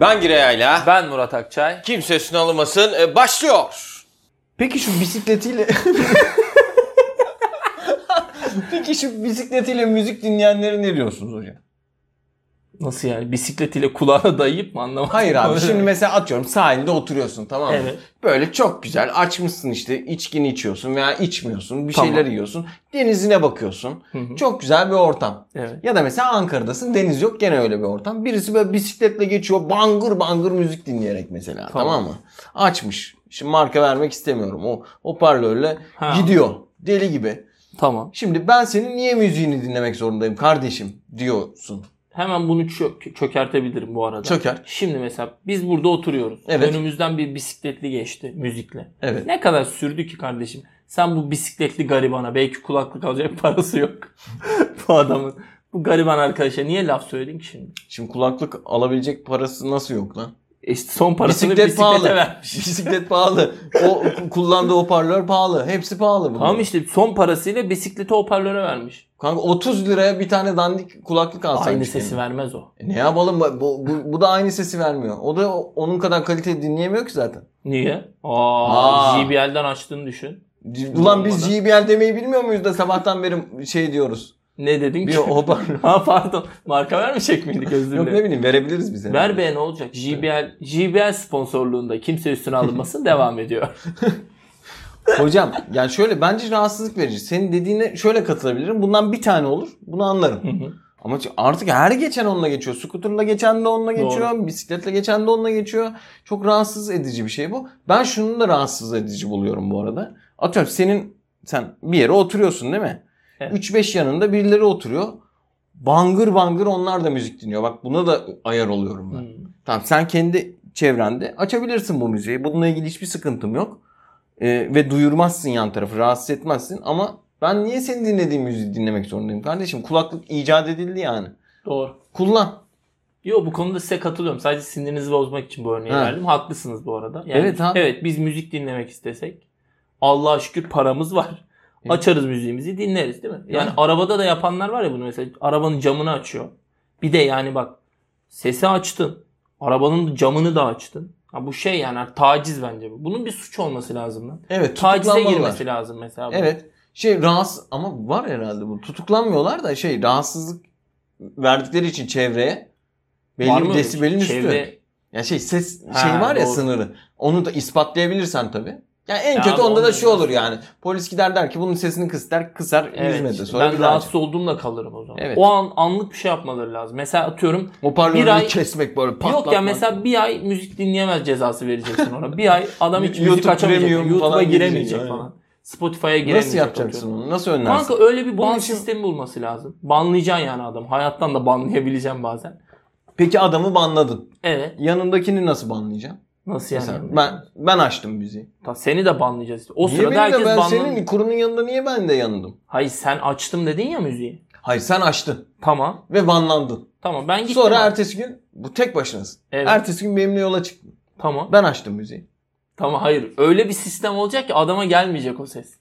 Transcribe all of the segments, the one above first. Ben Gireya'yla. Ben Murat Akçay. Kimse üstüne alınmasın. e, başlıyor. Peki şu bisikletiyle... Peki şu bisikletiyle müzik dinleyenlere ne diyorsunuz hocam? Nasıl yani? Bisikletiyle kulağına dayayıp mı anlamadım. Hayır abi Öyle. şimdi mesela atıyorum sahilde oturuyorsun tamam mı? Evet. Böyle çok güzel açmışsın işte içkini içiyorsun veya içmiyorsun bir Tamam. şeyler yiyorsun. Denizine bakıyorsun. Çok güzel bir ortam. Evet. Ya da mesela Ankara'dasın deniz yok gene öyle bir ortam. Birisi böyle bisikletle geçiyor bangır bangır müzik dinleyerek mesela tamam, Tamam. mı? Açmış. Şimdi marka vermek istemiyorum. O hoparlörle Ha. gidiyor deli gibi. Tamam. Şimdi ben senin niye müziğini dinlemek zorundayım kardeşim diyorsun. Hemen bunu çö- çökertebilirim bu arada. Çöker. Şimdi mesela biz burada oturuyoruz. Evet. Önümüzden bir bisikletli geçti müzikle. Evet. Ne kadar sürdü ki kardeşim? Sen bu bisikletli garibana belki kulaklık alacak parası yok. bu adamın. Bu gariban arkadaşa niye laf söyledin ki şimdi? Şimdi kulaklık alabilecek parası nasıl yok lan? E işte son parasını Bisiklet bisiklete pahalı. vermiş. Bisiklet pahalı. O k- kullandığı hoparlör pahalı. Hepsi pahalı bunun. Tamam işte son parasıyla bisiklete hoparlöre vermiş. Kanka 30 liraya bir tane dandik kulaklık alsaymış. Aynı benim. sesi vermez o. E Ne yapalım bu, bu, bu- bu da aynı sesi vermiyor. O da o- onun kadar kaliteli dinleyemiyor ki zaten. Niye? Aa, Aa. JBL'den açtığını düşün. Ulan biz Olmadı. JBL demeyi bilmiyor muyuz da sabahtan beri şey diyoruz. Ne dedin Bir ki? hoparlör. ha pardon. Marka vermeyecek miydik özür Yok dilerim. ne bileyim verebiliriz bize. Ver be ne olacak? JBL, JBL sponsorluğunda kimse üstüne alınmasın devam ediyor. Hocam yani şöyle bence rahatsızlık verici. Senin dediğine şöyle katılabilirim. Bundan bir tane olur. Bunu anlarım. Ama ç- artık her geçen onunla geçiyor. Scooter'la geçen de onunla Doğru. geçiyor. Bisikletle geçen de onunla geçiyor. Çok rahatsız edici bir şey bu. Ben şunu da rahatsız edici buluyorum bu arada. Atıyorum senin sen bir yere oturuyorsun değil mi? Evet. 3-5 yanında birileri oturuyor. Bangır bangır onlar da müzik dinliyor. Bak buna da ayar oluyorum ben. Hmm. Tamam sen kendi çevrende açabilirsin bu müziği. Bununla ilgili hiçbir sıkıntım yok. Ee, ve duyurmazsın yan tarafı, rahatsız etmezsin ama ben niye senin dinlediğin müziği dinlemek zorundayım kardeşim? Kulaklık icat edildi yani. Doğru. Kullan. Yo bu konuda size katılıyorum. Sadece sinirinizi bozmak için bu örneği Ha. verdim. Haklısınız bu arada. Yani, Evet, ha. Evet biz müzik dinlemek istesek Allah'a şükür paramız var. Evet. Açarız müziğimizi dinleriz değil mi? Yani Yani. arabada da yapanlar var ya bunu mesela arabanın camını açıyor. Bir de yani bak sesi açtın. Arabanın camını da açtın. Ha bu şey yani taciz bence bu. Bunun bir suç olması lazım lan. Evet, Tacize tutuklanmalılar. girmesi lazım mesela. bu. Evet. Şey rahatsız ama var herhalde bu. Tutuklanmıyorlar da şey rahatsızlık verdikleri için çevreye Var belli mı bir öyle desibelin şey? üstü. Çevre- Ya şey ses Ha, şey var ya doğru. sınırı. Onu da ispatlayabilirsen tabii. Ya en Ya kötü ama onda da onu- şu olur yani. Polis gider der ki bunun sesini kıs der kısar Evet. 100 metre sonra ben bir daha rahatsız olduğumda kalırım o zaman. Evet. O an anlık bir şey yapmaları lazım. Mesela atıyorum Hoparlörleri Bir ay- kesmek böyle patlatmak. Yok ya mesela bir ay müzik dinleyemez cezası vereceksin ona. Bir ay adam hiç müzik YouTube açamayacak. Premium YouTube'a falan giremeyecek girecek, aynen. falan. Spotify'a giremeyecek. Nasıl yapacaksın atıyorum. onu? Nasıl önlersin? Kanka öyle bir ban Bunun için- sistemi bulması lazım. Banlayacaksın yani adam. Hayattan da banlayabileceğim bazen. Peki adamı banladın. Evet. Yanındakini nasıl banlayacaksın? Nasıl yani? Mesela ben ben açtım müziği. Ta, seni de banlayacağız. O niye sırada beni de herkes ben banlan... senin kurunun yanında niye ben de yandım? Hayır sen açtım dedin ya müziği. Hayır sen açtın Tamam. ve banlandın. Tamam ben gittim. Sonra abi. ertesi gün bu tek başınasın. Evet. Ertesi gün benimle yola çıktın. Tamam. Ben açtım müziği. Tamam hayır. Öyle bir sistem olacak ki adama gelmeyecek o ses.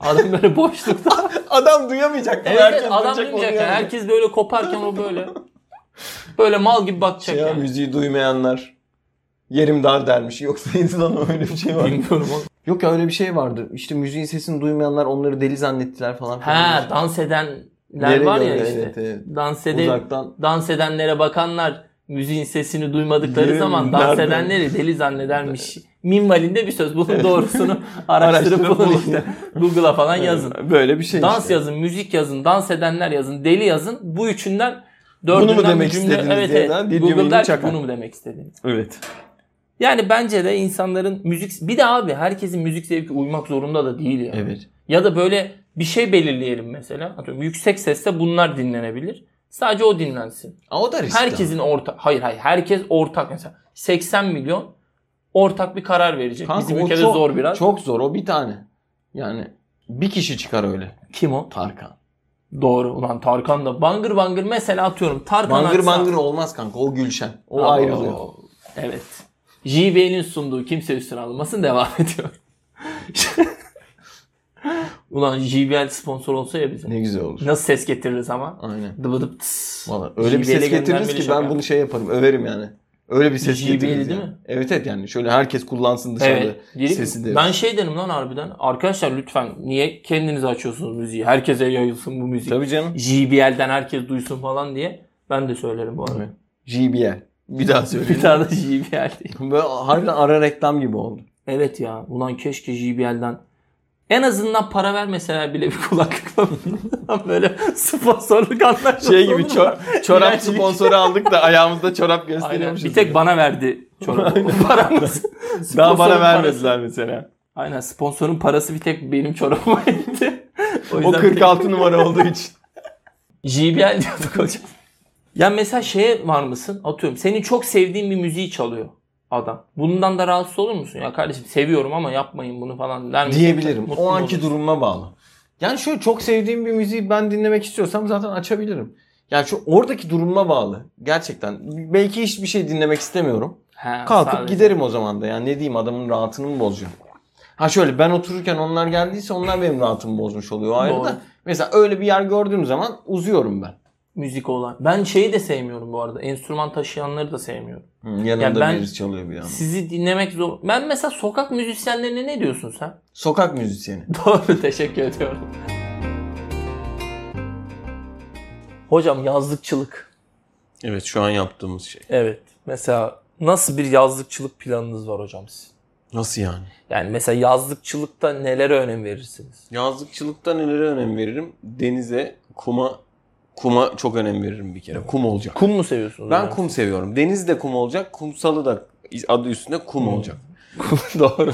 Adam böyle boşlukta. Adam duyamayacak. Evet, evet, adam bilmeyecek yani. Herkes böyle koparken o böyle. Böyle mal gibi bakacak Şey ya, yani. müziği duymayanlar yerim dar dermiş. Yoksa insan öyle bir şey var. Bilmiyorum oğlum. Yok ya öyle bir şey vardı. İşte müziğin sesini duymayanlar onları deli zannettiler falan. Ha filan. dans edenler Nereye var ya gönder- işte. evet, evet. Dans, eden, Uzaktan. dans edenlere bakanlar müziğin sesini duymadıkları Yerim zaman dans nereden? edenleri deli zannedermiş. Minvalinde bir söz. Bunun doğrusunu araştırıp Araştırıp bulun bulun. işte. Google'a falan yazın. Böyle bir şey Dans işte. yazın, müzik yazın, dans edenler yazın, deli yazın. Bu üçünden mu dördünden demek bir cümle. istediniz Evet, diye evet. lan bir Google cümleyi der ki, çakar. bunu mu demek istediniz? Evet. Yani bence de insanların müzik bir de abi herkesin müzik zevki uymak zorunda da değil ya. Evet. Ya da böyle bir şey belirleyelim mesela. Atıyorum yüksek sesle bunlar dinlenebilir. Sadece o dinlensin. Aa, o da riskli. Herkesin ortak hayır hayır herkes ortak mesela 80 milyon ortak bir karar verecek. Kanka, Bizim o ülkede çok- zor biraz. Çok zor o bir tane. Yani bir kişi çıkar öyle. Kim o? Tarkan. Doğru. Ulan Tarkan da bangır bangır mesela atıyorum Tarkan Bangır açsa- bangır olmaz kanka. O Gülşen. O Aa, ayrılıyor. Evet. JB'nin sunduğu kimse üstüne alınmasın devam ediyor. Ulan JBL sponsor olsa ya bize. Ne güzel olur. Nasıl ses getiririz ama? Aynen. Dıbıdıp tıs. Vallahi öyle bir JBL 'e ses getiririz göndermeli ki şaka. ben bunu şey yaparım. Överim yani. Öyle bir ses JBL getiririz değil yani. mi? Evet evet yani şöyle herkes kullansın dışarıda. Evet. Direkt- sesi de- ben şey derim lan harbiden. Arkadaşlar lütfen niye kendiniz açıyorsunuz müziği? Herkese yayılsın bu müzik. Tabii canım. JBL'den herkes duysun falan diye. Ben de söylerim bu arada. Evet. JBL. Bir daha Bir söyleyeyim. tane de JBL değil. Böyle harbiden ara reklam gibi oldu. Evet ya. Ulan keşke JBL'den en azından para vermeseler bile bir kulaklıkla böyle sponsorluk anlaşması Şey gibi olur mu? çor- çorap İğrençlik. sponsoru aldık da ayağımızda çorap Aynen. gösteriyormuşuz. Bir tek bana verdi çorabı. O paramız. daha bana Sponsorun vermediler parası- mesela. Aynen sponsorun parası bir tek benim çorabıma etti. O yüzden bir tek- 46 numara olduğu için. JBL diyorduk hocam. Ya mesela şeye var mısın? Atıyorum senin çok sevdiğin bir müziği çalıyor adam. Bundan da rahatsız olur musun? Ya kardeşim seviyorum ama yapmayın bunu falan der misin? Diyebilirim. Mutlu O anki olursun. durumuma bağlı. Yani şöyle çok sevdiğim bir müziği ben dinlemek istiyorsam zaten açabilirim. Yani şu oradaki durumuma bağlı. Gerçekten. Belki hiçbir şey dinlemek istemiyorum. He, Kalkıp sadece. giderim o zaman da. Yani ne diyeyim adamın rahatını mı bozacağım? Ha şöyle ben otururken onlar geldiyse onlar benim rahatımı bozmuş oluyor o ayrı Doğru. da. Mesela öyle bir yer gördüğüm zaman uzuyorum ben. Müzik olan. Ben şeyi de sevmiyorum bu arada. Enstrüman taşıyanları da sevmiyorum. Hı, Yanında Ya ben- birisi çalıyor bir yandan. Sizi dinlemek zor. Ben mesela sokak müzisyenlerine ne diyorsun sen? Sokak müzisyeni. Doğru teşekkür ediyorum. Hocam yazlıkçılık. Evet şu an yaptığımız şey. Evet. Mesela nasıl bir yazlıkçılık planınız var hocam sizin? Nasıl yani? Yani mesela yazlıkçılıkta nelere önem verirsiniz? Yazlıkçılıkta nelere önem veririm? Denize, kuma, kuma çok önem veririm bir kere. Kum olacak. Kum mu seviyorsunuz? Ben hocam? kum seviyorum. Deniz de kum olacak, kumsalı da adı üstünde kum Hmm. olacak. Doğru.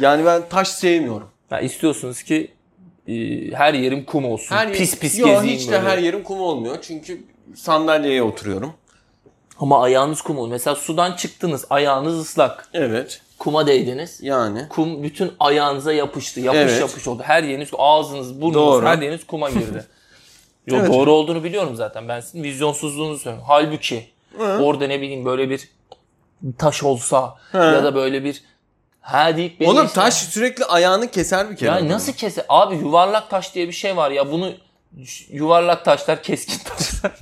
Yani ben taş sevmiyorum. Ya istiyorsunuz ki e, her yerim kum olsun. Her yer- pis pis Yo, gezeyim hiç de böyle. her yerim kum olmuyor. Çünkü sandalyeye oturuyorum. Ama ayağınız kum olur. Mesela sudan çıktınız, ayağınız ıslak. Evet. Kuma değdiniz. Yani. Kum bütün ayağınıza yapıştı. Yapış Evet. yapış oldu. Her yeriniz, ağzınız, burnunuz, Doğru. her yeriniz kuma girdi. Yo, Evet. Doğru olduğunu biliyorum zaten. Ben sizin vizyonsuzluğunuzu söylüyorum. Halbuki orada ne bileyim böyle bir taş olsa ya da böyle bir ha deyip beni Oğlum işte- taş sürekli ayağını keser bir kere. Ya nasıl kese? Abi yuvarlak taş diye bir şey var ya bunu yuvarlak taşlar keskin taşlar.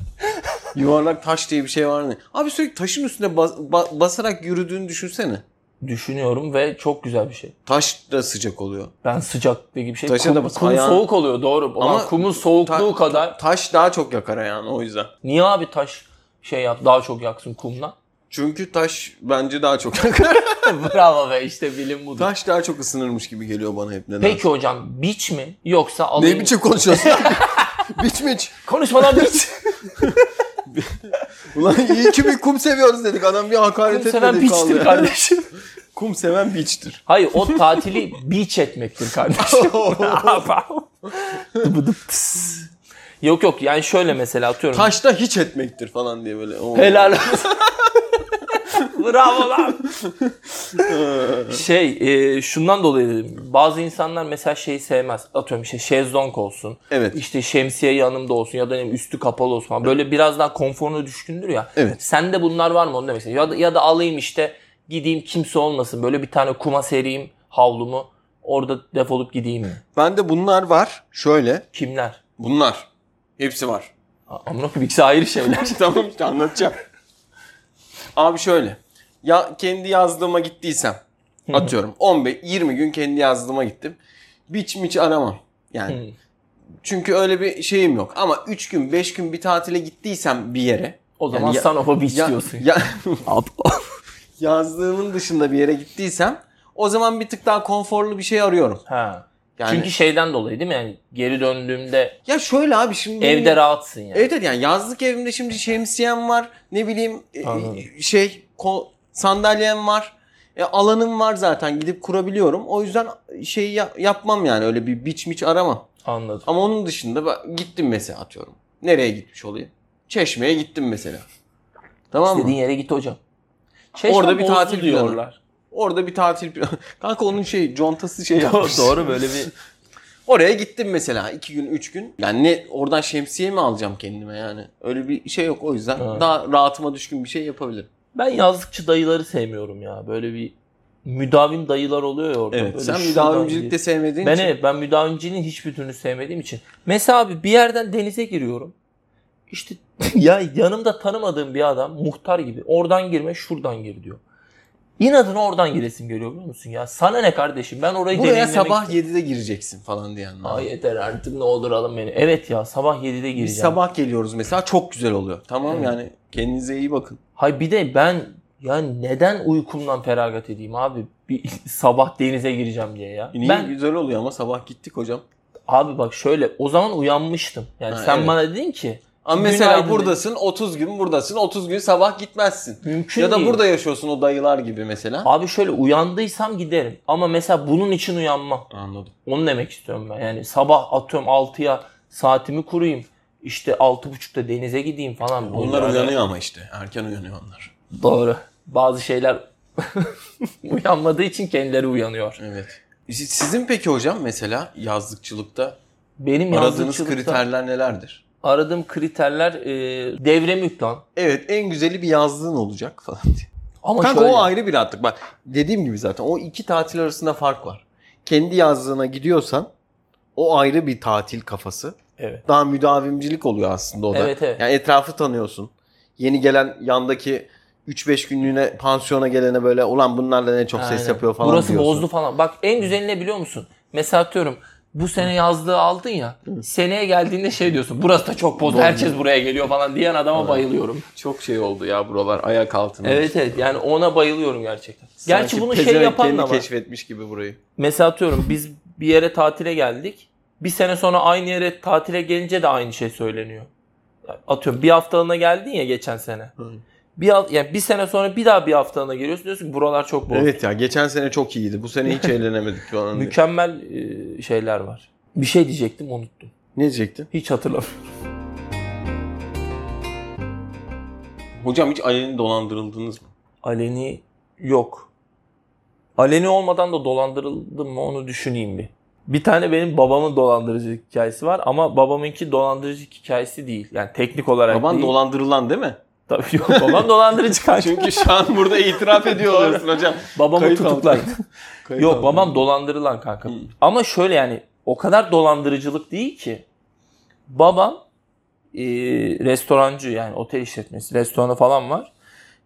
Yuvarlak taş diye bir şey var mı? Abi sürekli taşın üstüne bas- ba- basarak yürüdüğünü düşünsene. Düşünüyorum ve çok güzel bir şey. Taş da sıcak oluyor. Ben sıcaklığı gibi bir şey. Taşa kum, da bas- kum ayağın- soğuk oluyor doğru. Ama Ama kumun soğukluğu ta- kadar. Taş daha çok yakar ayağını o yüzden. Niye abi taş şey yap daha çok yaksın kumdan? Çünkü taş bence daha çok yakar. Bravo be işte bilim budur. taş daha çok ısınırmış gibi geliyor bana hep neden. Peki hocam biç mi yoksa alayım Ne mı? biçim konuşuyorsun? biç miç. Konuşmadan biç. Ulan iyi ki bir kum seviyoruz dedik. Adam bir hakaret Kum etmedi seven kaldı biçtir ya. kardeşim. Kum seven biçtir. Hayır o tatili biç etmektir kardeşim. yok yok yani şöyle mesela atıyorum. Taşta hiç etmektir falan diye böyle. Oo. Helal olsun. Bravo lan. şey e, şundan dolayı dedim. Bazı insanlar mesela şeyi sevmez. Atıyorum işte şezlong olsun. Evet. İşte şemsiye yanımda olsun ya da ne bileyim üstü kapalı olsun. falan. Böyle biraz daha konforuna düşkündür ya. Evet. Sende bunlar var mı onu demek istedim. Ya da, ya da alayım işte gideyim kimse olmasın. Böyle bir tane kuma sereyim havlumu. Orada defolup gideyim mi? Bende bunlar var. Şöyle. Kimler? Bunlar. Hepsi var. A- Amına koyayım ikisi ayrı şey. şeyler. tamam işte anlatacağım. Abi şöyle. Ya kendi yazlığıma gittiysem atıyorum 15 20 gün kendi yazlığıma gittim. Biç miç aramam. Yani çünkü öyle bir şeyim yok. Ama 3 gün 5 gün bir tatile gittiysem bir yere. o zaman Yani ya- sanofa beach Ya, diyorsun. ya, Ab- yazlığımın dışında bir yere gittiysem o zaman bir tık daha konforlu bir şey arıyorum. ha. Yani Çünkü şeyden dolayı değil mi? Yani geri döndüğümde ya şöyle abi şimdi benim- evde rahatsın yani. Evet evet yani yazlık evimde şimdi şemsiyem var. Ne bileyim e, Anladım. şey ko- sandalyem var. E, alanım var zaten gidip kurabiliyorum. O yüzden şey ya- yapmam yani öyle bir biç miç aramam. Anladım. Ama onun dışında ben gittim mesela atıyorum. Nereye gitmiş olayım? Çeşme'ye gittim mesela. Tamam mı? İstediğin yere git hocam. Çeşme Orada bir bozdu tatil planı. diyorlar. Orada bir tatil planı- Kanka onun şey contası şey yapmış. Doğru böyle bir Oraya gittim mesela iki gün üç gün. Yani ne oradan şemsiye mi alacağım kendime yani? Öyle bir şey yok o yüzden Evet. daha rahatıma düşkün bir şey yapabilirim. Ben yazlıkçı dayıları sevmiyorum ya. Böyle bir müdavim dayılar oluyor ya orada. Evet. Böyle Sen şuradan müdavimcilik bir- de sevmediğin Ben için. evet ben müdavimciliğin hiçbir türünü sevmediğim için. Mesela abi bir yerden denize giriyorum. İşte ya yanımda tanımadığım bir adam muhtar gibi oradan girme şuradan gir diyor. İnadına oradan giresim geliyor biliyor musun ya? Sana ne kardeşim ben orayı Buraya deneyimlemek sabah istiyorum. 7'de gireceksin falan diye anlamda. Ay yeter artık ne olur alın beni. Evet ya sabah 7'de gireceğim. Biz sabah geliyoruz mesela çok güzel oluyor. Tamam yani kendinize iyi bakın. Hay bir de ben yani neden uykumdan feragat edeyim abi? Bir sabah denize gireceğim diye ya. Niye ben güzel oluyor ama sabah gittik hocam. abi bak şöyle o zaman uyanmıştım. Yani Ha, sen evet. bana dedin ki Ama Günaydın mesela dedi. buradasın 30 gün buradasın 30 gün sabah gitmezsin. mümkün ya da değil. burada yaşıyorsun o dayılar gibi mesela. Abi şöyle uyandıysam giderim ama mesela bunun için uyanmam. Anladım. Onu demek istiyorum ben. Yani sabah atıyorum 6'ya saatimi kurayım. İşte 6.30'da denize gideyim falan. Onlar Böyle- uyanıyor ama işte. Erken uyanıyor onlar. Doğru. Bazı şeyler uyanmadığı için kendileri uyanıyor. Evet. Siz- Sizin peki hocam mesela yazlıkçılıkta Benim aradığınız yazdıkçılıkta kriterler nelerdir? aradığım kriterler e, devre müklan. Evet en güzeli bir yazlığın olacak falan diye. Ama Kanka şöyle, o ayrı bir rahatlık. Bak dediğim gibi zaten o iki tatil arasında fark var. Kendi yazlığına gidiyorsan o ayrı bir tatil kafası. Evet. Daha müdavimcilik oluyor aslında o da. Evet, evet. Yani etrafı tanıyorsun. Yeni gelen yandaki 3-5 günlüğüne pansiyona gelene böyle ulan bunlar da ne çok ses Aynen. yapıyor falan Burası diyorsun. bozdu falan. Bak en güzeli ne biliyor musun? Mesela atıyorum bu sene yazlığı aldın ya. Seneye geldiğinde şey diyorsun. Burası da çok bozdu. Herkes buraya geliyor falan diyen adama bayılıyorum. Çok şey oldu ya buralar ayak altında. Evet evet yani ona bayılıyorum gerçekten. Gerçi bunu şey pezevenk yapan kendi da var. keşfetmiş gibi burayı. Mesela atıyorum biz bir yere tatile geldik. Bir sene sonra aynı yere tatile gelince de aynı şey söyleniyor. Ya Atıyorum bir haftalığına geldin ya geçen sene. Hı. Bir, haf- yani bir sene sonra bir daha bir haftalığına geliyorsun diyorsun ki buralar çok bozdu. Evet ya geçen sene çok iyiydi. Bu sene hiç eğlenemedik falan. diye. Mükemmel e, şeyler var. Bir şey diyecektim unuttum. Ne diyecektin? Hiç hatırlamıyorum. Hocam hiç ailenin dolandırıldınız mı? Aleni yok. Aleni olmadan da dolandırıldım mı onu düşüneyim bir. Bir tane benim babamın dolandırıcı hikayesi var ama babamınki dolandırıcı hikayesi değil. Yani teknik olarak Baban değil. dolandırılan değil mi? Tabii yok babam dolandırıcı kanka. Çünkü şu an burada itiraf ediyor oluyorsun hocam. Babamı Kayıt tutuklar. Kayıt Yok altında. babam dolandırılan kanka. Hı. Ama şöyle yani o kadar dolandırıcılık değil ki. Babam e, restorancı yani otel işletmesi restoranı falan var.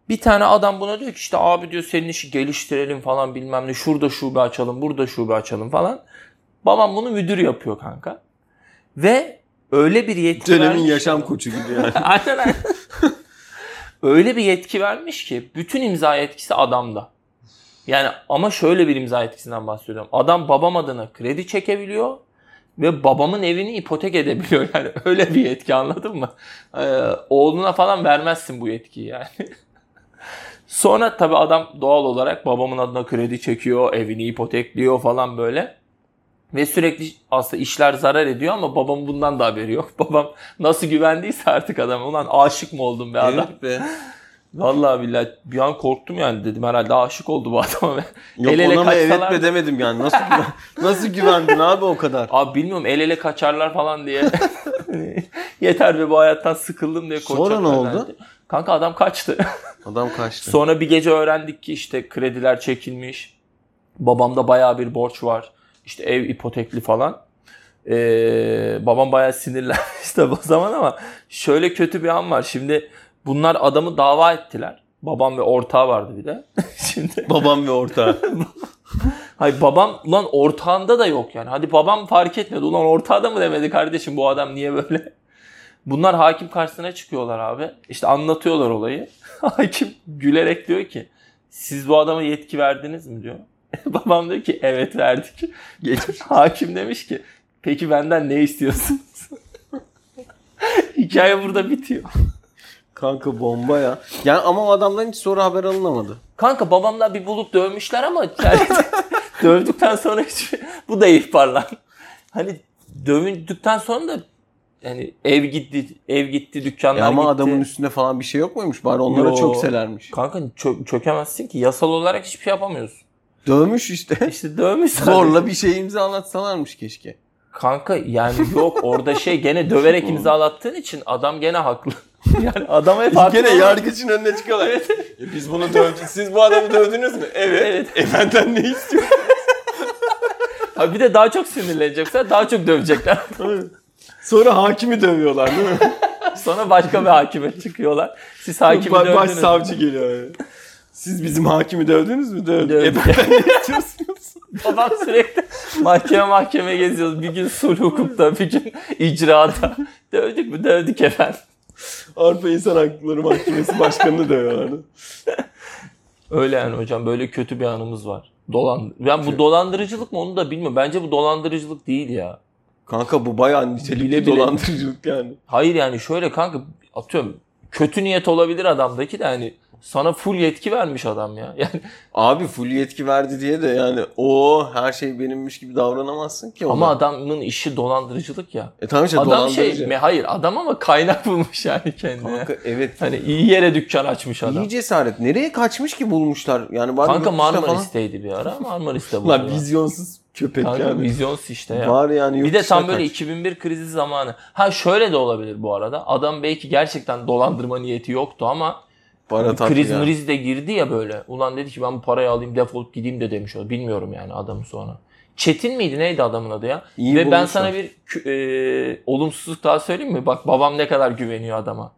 Bir tane adam buna diyor ki işte abi diyor senin işi geliştirelim falan bilmem ne. Şurada şube açalım burada şube açalım falan. Babam bunu müdür yapıyor kanka. Ve öyle bir yetki Dönemin vermiş- yaşam koçu gibi yani. Aynen aynen. Öyle bir yetki vermiş ki bütün imza yetkisi adamda. Yani ama şöyle bir imza yetkisinden bahsediyorum. Adam babam adına kredi çekebiliyor ve babamın evini ipotek edebiliyor. Yani öyle bir yetki anladın mı? Ee, oğluna falan vermezsin bu yetkiyi yani. Sonra tabii adam doğal olarak babamın adına kredi çekiyor, evini ipotekliyor falan böyle. Ve sürekli aslında işler zarar ediyor ama babam bundan da haberi yok. Babam nasıl güvendiyse artık adam. Ulan aşık mı oldum be adam? Evet be. Vallahi billahi bir an korktum yani dedim herhalde aşık oldu bu adama. Yok El ele ona mı evet kaçsalar- be demedim yani. Nasıl güven- nasıl güvendin abi o kadar? Abi bilmiyorum el ele kaçarlar falan diye. Yeter be bu hayattan sıkıldım diye Sonra koçak ne oldu? öğrendi. Kanka adam kaçtı. Adam kaçtı. Sonra bir gece öğrendik ki işte krediler çekilmiş. Babamda bayağı bir borç var. İşte ev ipotekli falan. Ee, babam bayağı sinirlenmiş tabi o zaman ama şöyle kötü bir an var. Şimdi bunlar adamı dava ettiler. Babam ve ortağı vardı bir de. Şimdi Babam ve ortağı. hay babam ulan ortağında da yok yani. Hadi babam fark etmedi. Ulan ortağı da mı demedi kardeşim bu adam niye böyle? Bunlar hakim karşısına çıkıyorlar abi. İşte anlatıyorlar olayı. hakim gülerek diyor ki siz bu adama yetki verdiniz mi diyor. babam diyor ki evet verdik. Geçmiş. Hakim demiş ki peki benden ne istiyorsunuz? Hikaye burada bitiyor. Kanka bomba ya. Yani ama o adamdan hiç sonra haber alınamadı. Kanka babamla bir bulup dövmüşler ama yani dövdükten sonra hiç bu da ihbarlan. Hani dövündükten sonra da yani ev gitti, ev gitti, dükkanlar E ama gitti. adamın üstünde falan bir şey yok muymuş? Bari onlara Yo. çok selermiş. Kanka çö- çökemezsin ki yasal olarak hiçbir şey yapamıyorsun. Dövmüş işte. İşte dövmüş sadece. Zorla bir şey imzalatsalarmış keşke. Kanka yani yok orada şey gene döverek imzalattığın için adam gene haklı. Yani adam hep haklı. Gene olur. yargıcın önüne çıkıyorlar. E biz bunu dövdük. Siz bu adamı dövdünüz mü? Evet. E benden ne istiyor? Ha bir de daha çok sinirlenecekler, daha çok dövecekler. Sonra hakimi dövüyorlar değil mi? Sonra başka bir hakime çıkıyorlar. Siz hakimi Ba- dövdünüz. Başsavcı geliyor. yani. Siz bizim hakimi dövdünüz mü? Dövdünüz. Dövdük. E ben ne istiyorsunuz? Babam sürekli mahkeme mahkeme geziyoruz. Bir gün sulh hukukta, bir gün icraata. Dövdük mü? Dövdük efendim. Avrupa İnsan Hakları Mahkemesi Başkanı'nı dövüyorlardı. Öyle yani hocam böyle kötü bir anımız var. Dolan ben bu dolandırıcılık mı onu da bilmiyorum. Bence bu dolandırıcılık değil ya. Kanka bu bayağı nitelikli Bile bile. dolandırıcılık yani. Hayır yani şöyle kanka atıyorum kötü niyet olabilir adamdaki de yani sana full yetki vermiş adam ya. Yani Abi full yetki verdi diye de yani o her şey benimmiş gibi davranamazsın ki. ona. ama adamın işi dolandırıcılık ya. e tamam işte adam dolandırıcı. şey mi? Hayır adam ama kaynak bulmuş yani kendine. Kanka evet. Hani iyi yere dükkan açmış adam. İyi İyi cesaret. Nereye kaçmış ki bulmuşlar? Yani bari Kanka yurt dışına Marmaris'teydi bir ara. Marmaris'te falan- Lan buldu. vizyonsuz köpek Kanka yani. vizyons işte ya. Var yani yurt Bir de tam dışına böyle kaç. 2001 krizi zamanı. Ha şöyle de olabilir bu arada. Adam belki gerçekten dolandırma niyeti yoktu ama para tatlı kriz yani. mriz de girdi ya böyle. Ulan dedi ki ben bu parayı alayım defolup gideyim de demiş o. Bilmiyorum yani adamı sonra. Çetin miydi neydi adamın adı ya? İyi Ve ben bulmuşlar. sana bir kü- e, olumsuzluk daha söyleyeyim mi? Bak babam ne kadar güveniyor adama.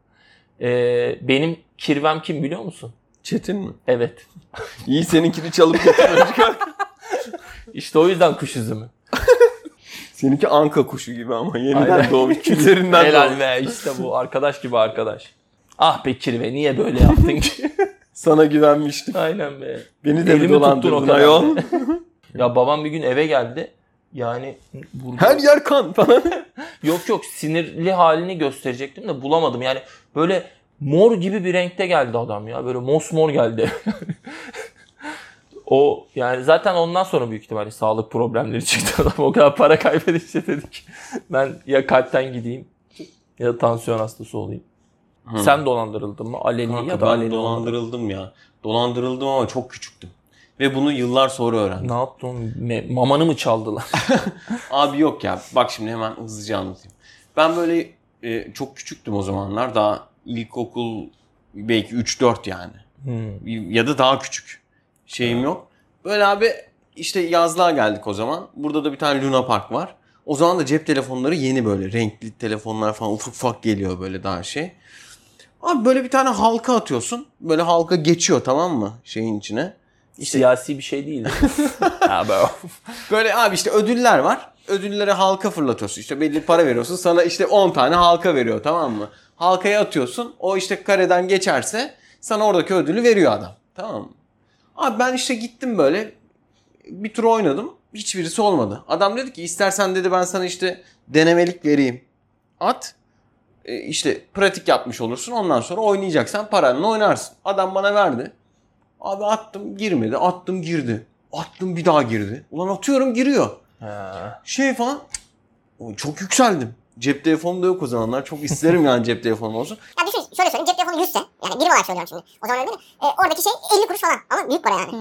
E, benim kirvem kim biliyor musun? Çetin mi? Evet. İyi seninkini çalıp getirmiş kanka. İşte o yüzden kuş üzümü. Seninki anka kuşu gibi ama yeniden Aynen. doğmuş. Küllerinden Helal doğmuş. be işte bu arkadaş gibi arkadaş. Ah be kirve niye böyle yaptın ki? Sana güvenmiştim. Aynen be. Beni de mi Elimi tuttun o dolandırdın kadar. ayol? Ya babam bir gün eve geldi. Yani burada- Her yer kan falan. yok yok sinirli halini gösterecektim de bulamadım. Yani böyle mor gibi bir renkte geldi adam ya. Böyle mosmor geldi. o yani zaten ondan sonra büyük ihtimalle sağlık problemleri çıktı adam. O kadar para kaybedince dedik. Ben ya kalpten gideyim ya da tansiyon hastası olayım. Sen dolandırıldın mı? Aleni ya Kanka ben da hani- aleni olarak. dolandırıldım ya. Dolandırıldım ama çok küçüktüm. Ve bunu yıllar sonra öğrendim. Ne yaptın? Me- mamanı mı çaldılar? Abi yok ya. Bak şimdi hemen hızlıca anlatayım. Ben böyle e, çok küçüktüm o zamanlar. Daha ilkokul belki 3-4 yani. Hmm. ya da daha küçük şeyim yok. Böyle abi işte yazlığa geldik o zaman. Burada da bir tane Luna Park var. O zaman da cep telefonları yeni böyle renkli telefonlar falan ufak ufak geliyor böyle daha şey. Abi böyle bir tane halka atıyorsun. Böyle halka geçiyor tamam mı şeyin içine. İşte Siyasi bir şey değil. Abi o. Böyle abi işte ödüller var. Ödüllere halka fırlatıyorsun. İşte belli para veriyorsun. Sana işte 10 tane halka veriyor tamam mı? Halkaya atıyorsun. O işte kareden geçerse sana oradaki ödülü veriyor adam. Tamam mı? Abi ben işte gittim böyle bir tur oynadım. Hiçbirisi olmadı. Adam dedi ki istersen dedi ben sana işte denemelik vereyim. At. E, işte pratik yapmış olursun. Ondan sonra oynayacaksan paranla oynarsın. Adam bana verdi. Abi attım girmedi. Attım girdi. Attım bir daha girdi. Ulan atıyorum giriyor. Ha. Şey falan. cık, o Çok yükseldim. Cep telefonum da yok o zamanlar. Çok isterim yani cep telefonum olsun. Ya düşün şöyle söyleyeyim cep telefonu 100 ise yani birim olarak söylüyorum şimdi. O zaman öyle değil mi? E, oradaki şey 50 kuruş falan ama büyük para yani.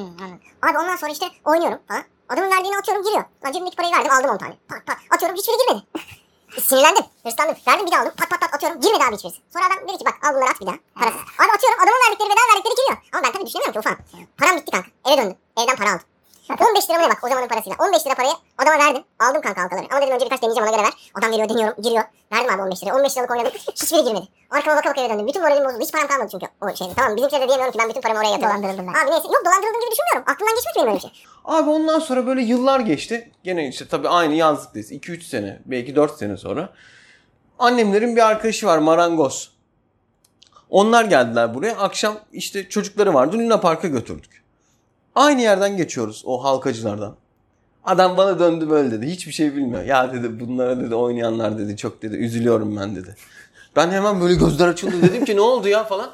Abi ondan sonra işte oynuyorum falan. Adamın verdiğini atıyorum giriyor. Lan cebimdeki parayı verdim aldım 10 tane. Pat pat atıyorum hiçbiri girmedi. Sinirlendim, hırslandım. Verdim bir daha aldım. Pat pat pat atıyorum. Girmedi abi hiçbirisi. Sonra adam dedi ki bak al bunları at bir daha. Parasız. Abi atıyorum adamın verdikleri bedava verdikleri giriyor. Ama ben tabii düşünemiyorum ki ufam. Param bitti kanka. Eve döndüm. Evden para aldım. 15 lira mı ne bak o zamanın parasıyla. 15 lira parayı adama verdim. Aldım kanka halkaları. Ama dedim önce birkaç deneyeceğim ona göre ver. Adam veriyor deniyorum giriyor. Verdim abi 15 liraya. 15 liralık oynadım. Hiçbiri girmedi. Arkama baka baka eve döndüm. Bütün moralim bozuldu. Hiç param kalmadı çünkü o şeyde. Tamam bizimkiler de diyemiyorum ki ben bütün paramı oraya yatırdım. Dolandırıldım Abi neyse. Yok dolandırıldım gibi düşünmüyorum. Aklımdan geçmiş benim öyle bir şey. Abi ondan sonra böyle yıllar geçti. Gene işte tabii aynı yazlıktayız. 2-3 sene belki 4 sene sonra. Annemlerin bir arkadaşı var marangoz. Onlar geldiler buraya. Akşam işte çocukları vardı. Luna Park'a götürdük. Aynı yerden geçiyoruz o halkacılardan. Adam bana döndü böyle dedi. Hiçbir şey bilmiyor. Ya dedi bunlara dedi oynayanlar dedi çok dedi üzülüyorum ben dedi. Ben hemen böyle gözler açıldı dedim ki ne oldu ya falan.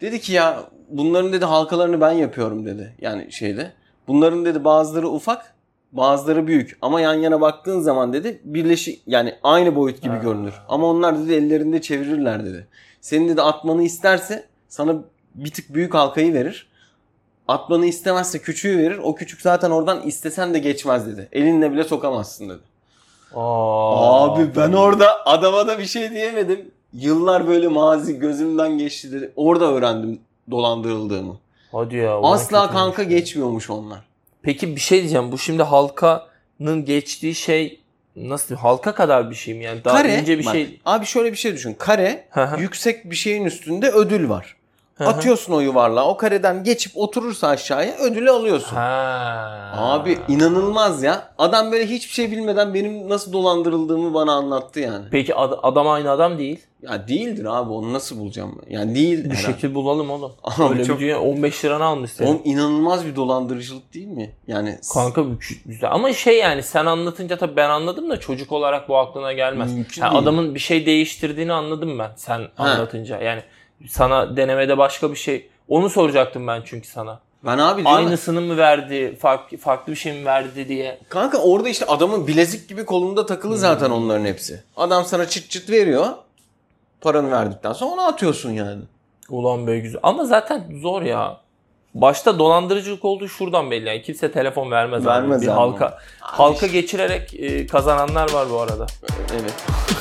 Dedi ki ya bunların dedi halkalarını ben yapıyorum dedi. Yani şeyde. Bunların dedi bazıları ufak bazıları büyük ama yan yana baktığın zaman dedi birleşik yani aynı boyut gibi Ha. görünür. Ama onlar dedi ellerinde çevirirler dedi. Senin dedi atmanı isterse sana bir tık büyük halkayı verir. Atmanı istemezse küçüğü verir. O küçük zaten oradan istesen de geçmez dedi. Elinle bile sokamazsın dedi. Aa. Abi ben orada adama da bir şey diyemedim. Yıllar böyle mazi gözümden geçti dedi. Orada öğrendim dolandırıldığımı. Hadi ya. ulan Asla kötüymüş. kanka geçmiyormuş onlar. Peki bir şey diyeceğim. Bu şimdi halkanın geçtiği şey nasıl diyeyim, halka kadar bir şey mi yani? Daha Kare, ince bir bak, şey. Abi şöyle bir şey düşün. Kare Hı hı. yüksek bir şeyin üstünde ödül var. Hı hı. Atıyorsun o yuvarlağı. O kareden geçip oturursa aşağıya ödülü alıyorsun. Ha. Abi inanılmaz ya. Adam böyle hiçbir şey bilmeden benim nasıl dolandırıldığımı bana anlattı yani. Peki ad- adam aynı adam değil. Ya değildir abi onu nasıl bulacağım? ben? Yani değil. Bir herhalde. şekil bulalım oğlum. Abi Öyle çok- bir dünya 15 liranı almış seni. Oğlum inanılmaz bir dolandırıcılık değil mi? Yani s- Kanka müthiş- güzel. Ama şey yani sen anlatınca tabii ben anladım da çocuk olarak bu aklına gelmez. Mümkün Ha, değil. adamın bir şey değiştirdiğini anladım ben sen anlatınca. Yani sana denemede başka bir şey onu soracaktım ben çünkü sana. ben abi diyorum. Aynısını mı verdi, farklı farklı bir şey mi verdi diye. Kanka orada işte adamın bilezik gibi kolunda takılı zaten onların hepsi. Adam sana çıt çıt veriyor. Paranı verdikten sonra onu atıyorsun yani. Ulan böyle güzel. Ama zaten zor ya. Başta dolandırıcılık olduğu şuradan belli. Yani kimse telefon vermez. abi. Vermez bir abi. halka halka geçirerek e, kazananlar var bu arada. Evet.